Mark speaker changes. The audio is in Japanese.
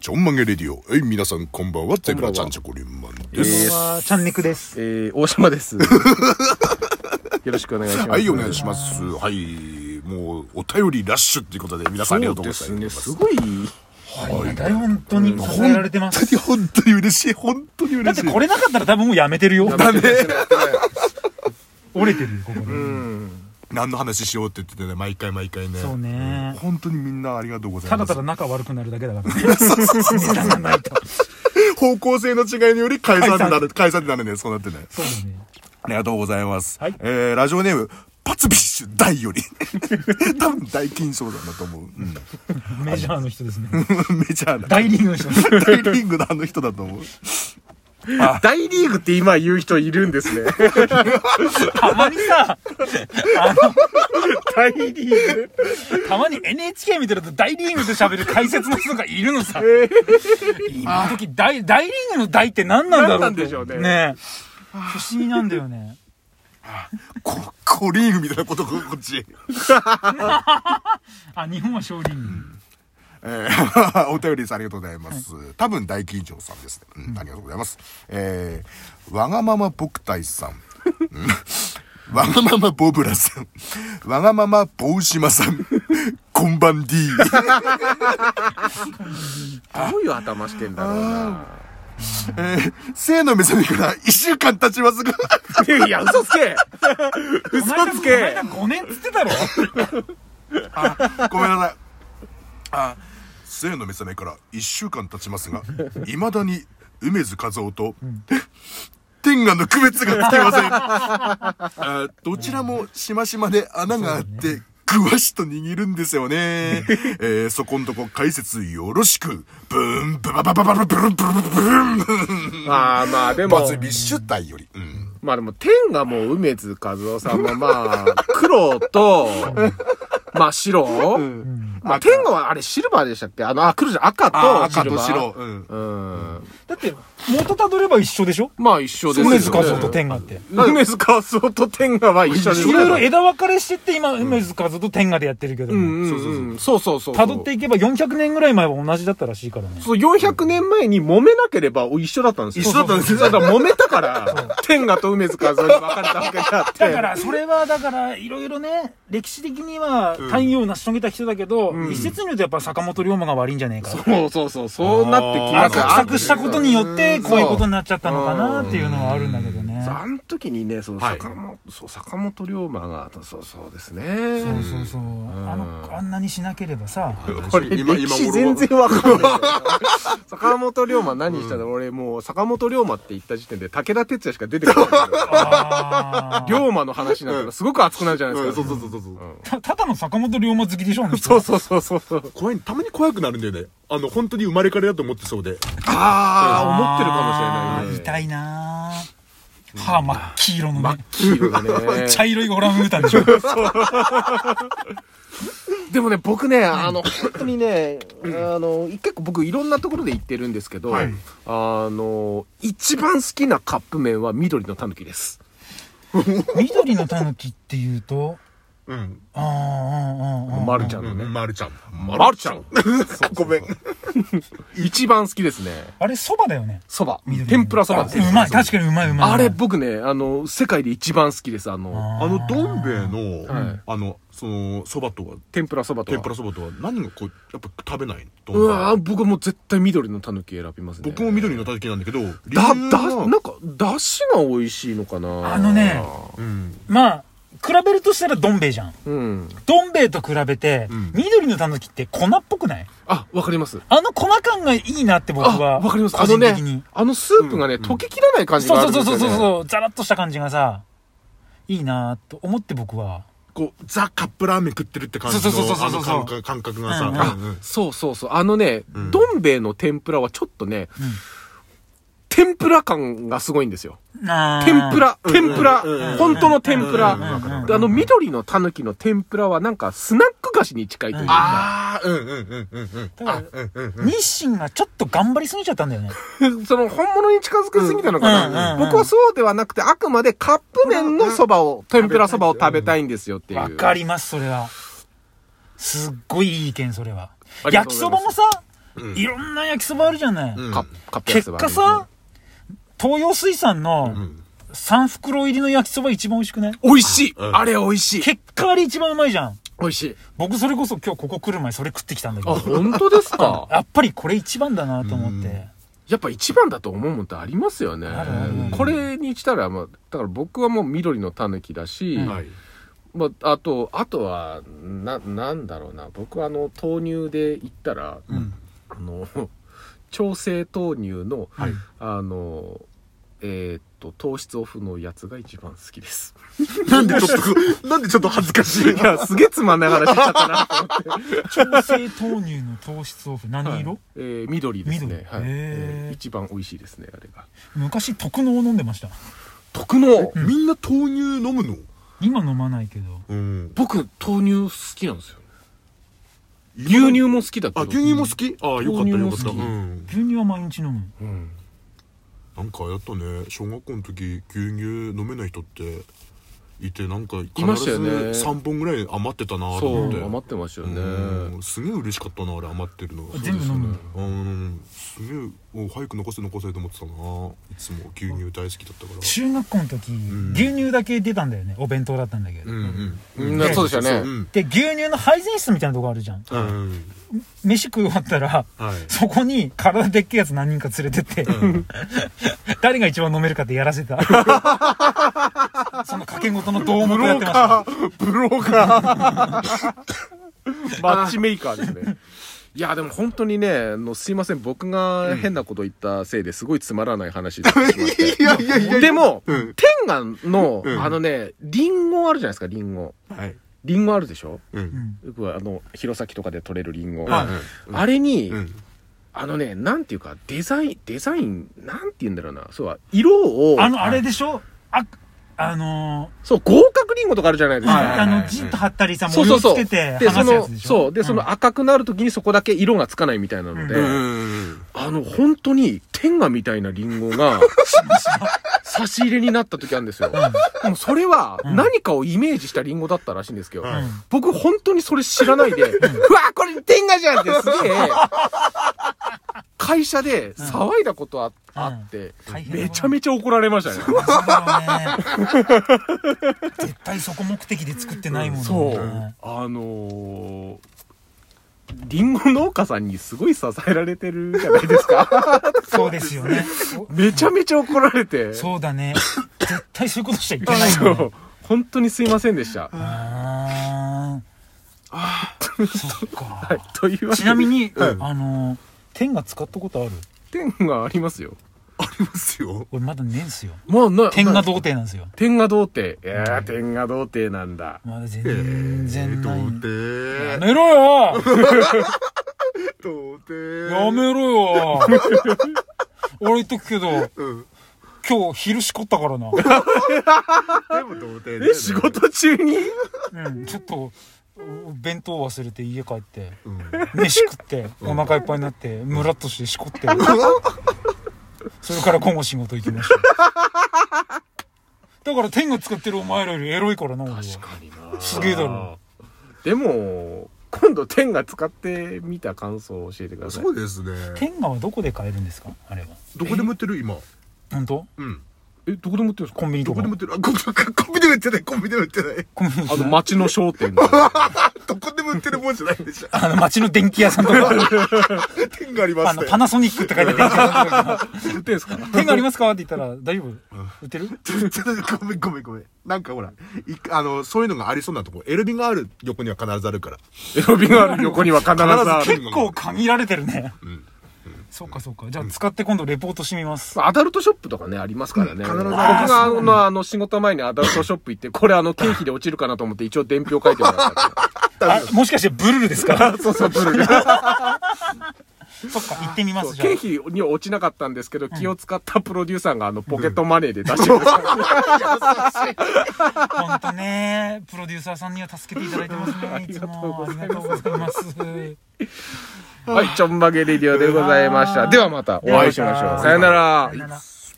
Speaker 1: ちょんまげレディオ。えい、皆さんこんばんは。ゼブラちゃんチョコリンマンで
Speaker 2: え
Speaker 1: す。
Speaker 2: ー
Speaker 3: チャンネクです。
Speaker 2: えー、大 島です。よろしくお願いします。
Speaker 1: はい、お願いします。はい。もう、お便りラッシュっていうことで、皆さんありがとうござい
Speaker 2: そう
Speaker 1: ま。
Speaker 2: ですすね。すごい。
Speaker 3: はい、本当に支えられてます。
Speaker 1: 本当に、本当に嬉しい。本当に
Speaker 3: だ
Speaker 1: 嬉
Speaker 3: っ
Speaker 1: しい。
Speaker 3: てこれなかったら多分もうやめてるよ。折れてるよ、ここね
Speaker 1: 何の話しようって言っててね、毎回毎回ね。
Speaker 3: そうね。
Speaker 1: 本当にみんなありがとうござい
Speaker 3: た
Speaker 1: ま
Speaker 3: だ
Speaker 1: す
Speaker 3: た。だ仲悪くなるだけだからね。 ネタがないと。
Speaker 1: 方向性の違いにより解散にな
Speaker 3: 解
Speaker 1: る、解散になるね。そうなってね。
Speaker 3: そうだね。
Speaker 1: ありがとうございます。
Speaker 3: はい
Speaker 1: えー、ラジオネーム、パツビッシュ大より。 多分大金賞だなと思う。 うん。
Speaker 3: メジャーの人ですね。
Speaker 1: メジャーな。
Speaker 3: 大リーグの人。
Speaker 1: 大リングのあの人だと思う。
Speaker 2: 大リーグって今言う人いるんです ね。
Speaker 3: たまにさ、
Speaker 2: 大リーグ。
Speaker 3: たまに NHK 見てると大リーグで喋る解説の人がいるのさ。今時大、大リーグの大って何なんだろ
Speaker 2: 何
Speaker 3: う
Speaker 2: なんでしょうね
Speaker 3: ねえ不思議なんだよね。
Speaker 1: コ、コリーグみたいなことこっち。
Speaker 3: あ、日本は勝利に。
Speaker 1: えー お便りです。ありがとうございます。多分大金城さんですね。うん、ありがとうございます。えー、わがまま僕隊さん。うんわがままボブラさん。わがまま帽島さん。こんばん D。
Speaker 2: どういう頭してんだろうな。
Speaker 1: えー、生の目覚めから1週間経ちますが、
Speaker 2: いや、嘘つ け嘘つけ
Speaker 3: この間5年っつってたろ
Speaker 1: ごめんなさい。あ、生の目覚めから1週間経ちますが、いまだに梅津和夫と、天下の区別がつきません。あどちらもしましまで穴があって、ぐわしと握るんですよね。えーそこんとこ解説よろしく。ブーン、ブバババババブルンブルンブルン
Speaker 2: まあまあ、でも
Speaker 1: ま、ずビッシュ隊より。うん。
Speaker 2: まあでも、天がもう梅津和夫さんも まあ、黒と、まあ白、まあ天がはあれシルバーでしたっけあの、あ、黒じゃん赤
Speaker 1: あ
Speaker 2: とシ
Speaker 1: 赤
Speaker 2: ル
Speaker 1: と
Speaker 2: バー。
Speaker 1: 白。うん。
Speaker 2: うん。
Speaker 3: だって元たどれば一緒でしょ
Speaker 2: まあ一緒ですよね。
Speaker 3: 梅津和夫と天下って
Speaker 2: 梅津和夫と天下は一緒です
Speaker 3: いろいろ枝分かれしてって今梅津和夫と天下でやってるけど
Speaker 2: うん
Speaker 3: も
Speaker 2: うんうんそうそうそう。
Speaker 3: たどっていけば400年ぐらい前は同じだったらしいからね
Speaker 2: そう、400年前に揉めなければ一緒だったんですよ。
Speaker 1: 一緒だったんですよ
Speaker 2: だから揉めたから、天下と梅津和夫に分かれたわけであって。
Speaker 3: だからそれはだからいろいろね歴史的には太陽を成し遂げた人だけど、一説に言うとやっぱ坂本龍馬が悪いんじゃねえか
Speaker 2: そうそうそう、そうなってき
Speaker 1: あ
Speaker 2: ま
Speaker 1: ー
Speaker 2: す
Speaker 3: 画策したことによってこういうことになっちゃったのかな
Speaker 2: そう
Speaker 3: っていうのはあるんだけどね
Speaker 2: あの時にね、そう、
Speaker 1: はい
Speaker 2: 坂本、そう、坂本龍馬が、そうそうですね。
Speaker 3: そうそうそうあのあんなにしなければさ
Speaker 2: これ、
Speaker 1: 今
Speaker 2: 歴
Speaker 1: 今
Speaker 2: 史
Speaker 1: 頃
Speaker 2: 全然わかんない。 坂本龍馬何したの、俺もう、坂本龍馬って言った時点で武田鉄矢しか出てこないんだけど。
Speaker 3: あー
Speaker 2: 龍馬の話になったらすごく熱くなるじゃないで
Speaker 1: うん
Speaker 2: す
Speaker 1: そう
Speaker 2: か。
Speaker 1: そうそうそうそう。
Speaker 3: たただの坂本龍馬好きでしょあの人
Speaker 2: そうそうそうそうそう。
Speaker 1: 怖い、たまに怖くなるんだよね。あの、本当に生まれからだと思ってそうで。
Speaker 2: ああ、思ってるかもしれないね。
Speaker 3: 痛いなぁ歯真っ黄色のね
Speaker 2: 黄色がね。
Speaker 3: 茶色いオランウータンでしょ
Speaker 2: でもね、僕ね、あの、本当にね、あの、結構僕いろんなところで行ってるんですけど、
Speaker 1: はい
Speaker 2: あの、一番好きなカップ麺は緑のたぬきです。
Speaker 3: 緑のタヌキっていうと
Speaker 1: うん。
Speaker 3: あーあーあーあー
Speaker 2: まるちゃん
Speaker 1: う
Speaker 2: のね。
Speaker 1: ん、まるちゃん。ま
Speaker 2: まるちゃん
Speaker 1: ごめん。
Speaker 2: 一番好きですね。
Speaker 3: あれそばだよね
Speaker 2: そば。
Speaker 3: 緑の
Speaker 2: 天ぷらそばです。
Speaker 3: うまい確かにうまいうまい
Speaker 2: あれ
Speaker 3: うまい
Speaker 2: 僕ね、あの、世界で一番好きです。あの、
Speaker 1: あの、どん兵衛の、
Speaker 2: はい
Speaker 1: あの、その、蕎麦とは、
Speaker 2: 天ぷらそばとか。
Speaker 1: 天ぷら蕎麦とは何がこう、やっぱ食べないどん兵衛
Speaker 2: うわー僕はもう絶対緑のたぬき選びますね。
Speaker 1: 僕も緑のたぬきなんだけど、
Speaker 2: だ、だ、
Speaker 1: 理由
Speaker 2: な
Speaker 1: は
Speaker 2: んか、だしが美味しいのかな
Speaker 3: あのね
Speaker 1: うん。
Speaker 3: まあ比べるとしたらどん兵衛じゃん
Speaker 2: うん。
Speaker 3: どん兵衛と比べて、
Speaker 1: うん
Speaker 3: 緑のタヌキって粉っぽくない
Speaker 2: あ、わかります。
Speaker 3: あの粉感がいいなって僕
Speaker 2: あ、
Speaker 3: は
Speaker 2: わかります。
Speaker 3: 個
Speaker 2: あの
Speaker 3: 人的に
Speaker 2: ね、あのスープがね、
Speaker 1: うん
Speaker 2: 溶けきらない感じがあ
Speaker 3: そ
Speaker 2: るん
Speaker 3: う
Speaker 2: です
Speaker 3: そ
Speaker 2: よ、ね。
Speaker 3: うそうそうそうザラッとした感じがさいいなと思って僕は
Speaker 1: こう、ザ・カップラーメン食ってるって感じの、
Speaker 3: そうそうそうそうそうそう
Speaker 1: あの感覚感覚がさ、
Speaker 3: うん
Speaker 1: あ
Speaker 2: あそうそうそう。あのね、
Speaker 1: うん
Speaker 2: どん兵衛の天ぷらはちょっとね、
Speaker 3: ん
Speaker 2: 天ぷら感がすごいんですよ。
Speaker 3: あー
Speaker 2: 天ぷら、
Speaker 1: ん
Speaker 2: 天ぷら、
Speaker 1: うん
Speaker 2: 本当の天ぷら。
Speaker 3: うんうんうんうん
Speaker 2: であの、緑のたぬきの天ぷらはなんかスナック菓子に近いというか。
Speaker 1: あー、うんうんうんうんうん。
Speaker 3: ただ
Speaker 1: うんうんうん。
Speaker 3: 日清がちょっと頑張りすぎちゃったんだよね
Speaker 2: その本物に近づけすぎたのかな、
Speaker 3: うんうんうん
Speaker 2: 僕はそうではなくて、あくまでカップ麺のそばを、天ぷらそばを食べたいんですよっていう。
Speaker 3: わかりますそれはすっごいいい意見それは
Speaker 2: ありが
Speaker 3: 焼
Speaker 2: と
Speaker 3: き
Speaker 2: うござい
Speaker 3: そ
Speaker 2: ま
Speaker 3: ば
Speaker 2: す
Speaker 3: もさいろんな焼きそばあるじゃない。
Speaker 1: うん
Speaker 2: カカップ焼き
Speaker 3: 結
Speaker 2: そば
Speaker 3: 果さ、東洋水産の3袋入りの焼きそば一番美味しくない
Speaker 2: 美味しい、
Speaker 1: うん
Speaker 2: あれ美味しい
Speaker 3: 結果あれ一番うまいじゃん。
Speaker 2: 美味しい
Speaker 3: 僕それこそ今日ここ来る前それ食ってきたんだけ
Speaker 2: あ
Speaker 3: ど。
Speaker 2: 本当です か
Speaker 3: やっぱりこれ一番だなと思って。
Speaker 2: やっぱ一番だと思うもんってありますよね
Speaker 3: あるあるある
Speaker 2: これにしたら、まあ、だから僕はもう緑のタヌキだし、
Speaker 1: はい
Speaker 2: まあ、あとあとはななんだろうな僕はあの豆乳で言ったら、あの 調整豆乳の、
Speaker 1: はい
Speaker 2: あのえーっと糖質オフのやつが一番好きです
Speaker 1: なんでちょっと、なんでちょっと恥ずかしい。
Speaker 2: いやすげえつまんない話しちゃったなと思って
Speaker 3: 調整豆乳の糖質オフ。何色、
Speaker 2: えー緑ですね
Speaker 3: 緑、
Speaker 2: はい
Speaker 3: へー
Speaker 2: えー一番美味しいですねあれが
Speaker 3: 昔特納を飲んでました。
Speaker 2: 特の
Speaker 1: みんな豆乳飲むの
Speaker 3: 今飲まないけど。
Speaker 1: うん。
Speaker 2: 僕豆乳好きなんですよ牛乳も好きだけど
Speaker 1: あ、牛乳も好きああ、よかったよかった。
Speaker 2: 豆乳も好き
Speaker 1: うん。
Speaker 3: 牛乳は毎日飲む。
Speaker 2: うん
Speaker 1: なんかやったね。小学校の時、牛乳飲めない人って、いて、なんか、
Speaker 2: いましたよね
Speaker 1: 3本ぐらい余ってたなと
Speaker 2: そ
Speaker 1: 思って。
Speaker 2: う余ってましたよね
Speaker 1: うんすげえ嬉しかったなあれ余ってるの
Speaker 3: 全部飲むの
Speaker 1: うんすげえお早く残せ残せと思ってたないつも牛乳大好きだったから
Speaker 3: 中学校の時、
Speaker 1: ん
Speaker 3: 牛乳だけ出たんだよね。お弁当だったんだけど。
Speaker 1: うん
Speaker 2: みんなそうでした
Speaker 1: う
Speaker 2: ね
Speaker 1: ん
Speaker 3: で、牛乳の配膳室みたいなとこあるじゃん。
Speaker 1: うん
Speaker 3: 飯食い終わったら、
Speaker 1: はい
Speaker 3: そこに体でっけえやつ何人か連れてって、 誰が一番飲めるかってやらせた。 その掛け事のどうもやってました。
Speaker 2: ブローカーマッチメーカーですねいやでも本当にねあのすいません僕が変なこと言ったせいですごいつまらない話になってしまって
Speaker 1: いやいやいや
Speaker 2: でも、
Speaker 1: うん
Speaker 2: 天眼の、
Speaker 1: うん
Speaker 2: あのねリンゴあるじゃないですかリンゴ
Speaker 1: はい
Speaker 2: リンゴあるでしょ
Speaker 1: うん
Speaker 2: 僕はあの弘前とかで取れるリンゴ、
Speaker 1: はい
Speaker 2: あれに、
Speaker 1: うん
Speaker 2: あのねなんていうかデザインデザインなんて言うんだろうなそうは色を
Speaker 3: あの、あれでしょあ、あの
Speaker 2: そう合格リンゴとかあるじゃないで
Speaker 3: ー、
Speaker 2: すか、
Speaker 1: はい
Speaker 3: あの、じっと張ったりさ、
Speaker 2: そう
Speaker 3: 模
Speaker 2: そ
Speaker 3: 様
Speaker 2: うそ
Speaker 3: つ
Speaker 2: う。
Speaker 3: けて
Speaker 2: で、そ
Speaker 3: 話すや
Speaker 2: の
Speaker 3: つで、しょ
Speaker 2: そう。で、そ
Speaker 3: ん
Speaker 2: の赤くなるときにそこだけ色がつかないみたいなので、
Speaker 1: うん
Speaker 2: あの、本当に天下みたいなリンゴ が、差し入れになった時あるんですよ。でもそれは
Speaker 3: ん
Speaker 2: 何かをイメージしたリンゴだったらしいんですけど、
Speaker 1: うん
Speaker 2: 僕本当にそれ知らないで、うわこれ天下じゃんってすげえ、会社で騒いだことあ,、あって
Speaker 3: うん大、変だな
Speaker 2: めちゃめちゃ怒られましたね。
Speaker 3: そうだよね絶対そこ目的で作ってないもんね。
Speaker 2: そう。あのー、リンゴ農家さんにすごい支えられてるじゃ ないですか。
Speaker 3: そうですよね。
Speaker 2: めちゃめちゃ怒られて。
Speaker 3: そうだね。絶対そういうことしちゃいけ
Speaker 2: そう。
Speaker 3: ないよね。
Speaker 2: 本当にすいませんでした。は
Speaker 3: あーそっか。
Speaker 2: い。というわけ
Speaker 3: ち
Speaker 2: で
Speaker 3: な、みに、
Speaker 1: うん
Speaker 3: あのー、天が使ったことある
Speaker 2: 天がありますよ。
Speaker 1: ありますよ
Speaker 3: 俺まだねえんすよ。
Speaker 2: まあ、な、
Speaker 3: 天
Speaker 2: な
Speaker 3: が童貞なんですよ。
Speaker 2: 天下童貞。いやー、天下童貞なんだ。
Speaker 3: まだ全然ない。や
Speaker 1: 貞
Speaker 3: めろよ
Speaker 1: 童貞
Speaker 3: やめろよ俺言っとくけど、
Speaker 1: うん
Speaker 3: 今日昼しこったからな。
Speaker 1: でも童貞だよね
Speaker 2: え、仕事中に
Speaker 3: うん、ちょっと、お弁当忘れて家帰って、
Speaker 1: うん
Speaker 3: 飯食って、お腹いっぱいになって、ムラっとしてしこ って、それから今後仕事行きました。だから天が使ってるお前らよりエロいからな、俺はすげえだろ。
Speaker 2: でも、今度天が使ってみた感想を教えてください。
Speaker 1: そうですね
Speaker 3: 天下はどこで買えるんですかあれは。
Speaker 1: どこでも売ってる今
Speaker 3: 本当
Speaker 1: うん
Speaker 2: え、どこでも売ってるんです
Speaker 3: コンビニ
Speaker 1: ど
Speaker 3: と
Speaker 1: こで
Speaker 3: か
Speaker 1: も売。ってるあコンビ コンビニで売ってないコンビニで売ってない
Speaker 3: コンビニ
Speaker 2: かあの、町の商店で。
Speaker 1: どこでも売ってるもんじゃないでしょ
Speaker 3: あの、街の電気屋さんと か、
Speaker 1: 天がありま
Speaker 3: あ
Speaker 1: す
Speaker 3: の、
Speaker 1: ね
Speaker 3: パナソニックって書いてある電気屋さんとか
Speaker 2: 売ってんすか
Speaker 3: 天がありますかって言ったら、大丈夫売ってる
Speaker 1: ちょちょちょごめんごめんごめんなんかほらいあのそういうのがありそうなとこエルビがある横には必ずあるから
Speaker 2: エロビがある横には必ずある。
Speaker 3: 結構限られてるね。
Speaker 1: ん
Speaker 3: そうかそうか。じゃあ使って今度レポートしてみます。
Speaker 2: アダルトショップとかね、ありますからね。
Speaker 1: 必ず
Speaker 2: 僕
Speaker 1: あ
Speaker 2: があの、あの、仕事前にアダルトショップ行って、これあの、経費で落ちるかなと思って一応伝票書いてもら った。
Speaker 3: あ、もしかしてブルルです か
Speaker 2: そうそう、ブルが。
Speaker 3: そっか、行ってみます、じゃあ
Speaker 2: 経。費には落ちなかったんですけど、気を使ったプロデューサーがあの、ポケットマネーで出してま した。
Speaker 3: 本当ね、プロデューサーさんには助けていただいてますね。いつ もありがとうございます。
Speaker 2: はい、ちょんまげレディオでございました。ではまたお会いしましょう。さよなら
Speaker 3: さよ。なら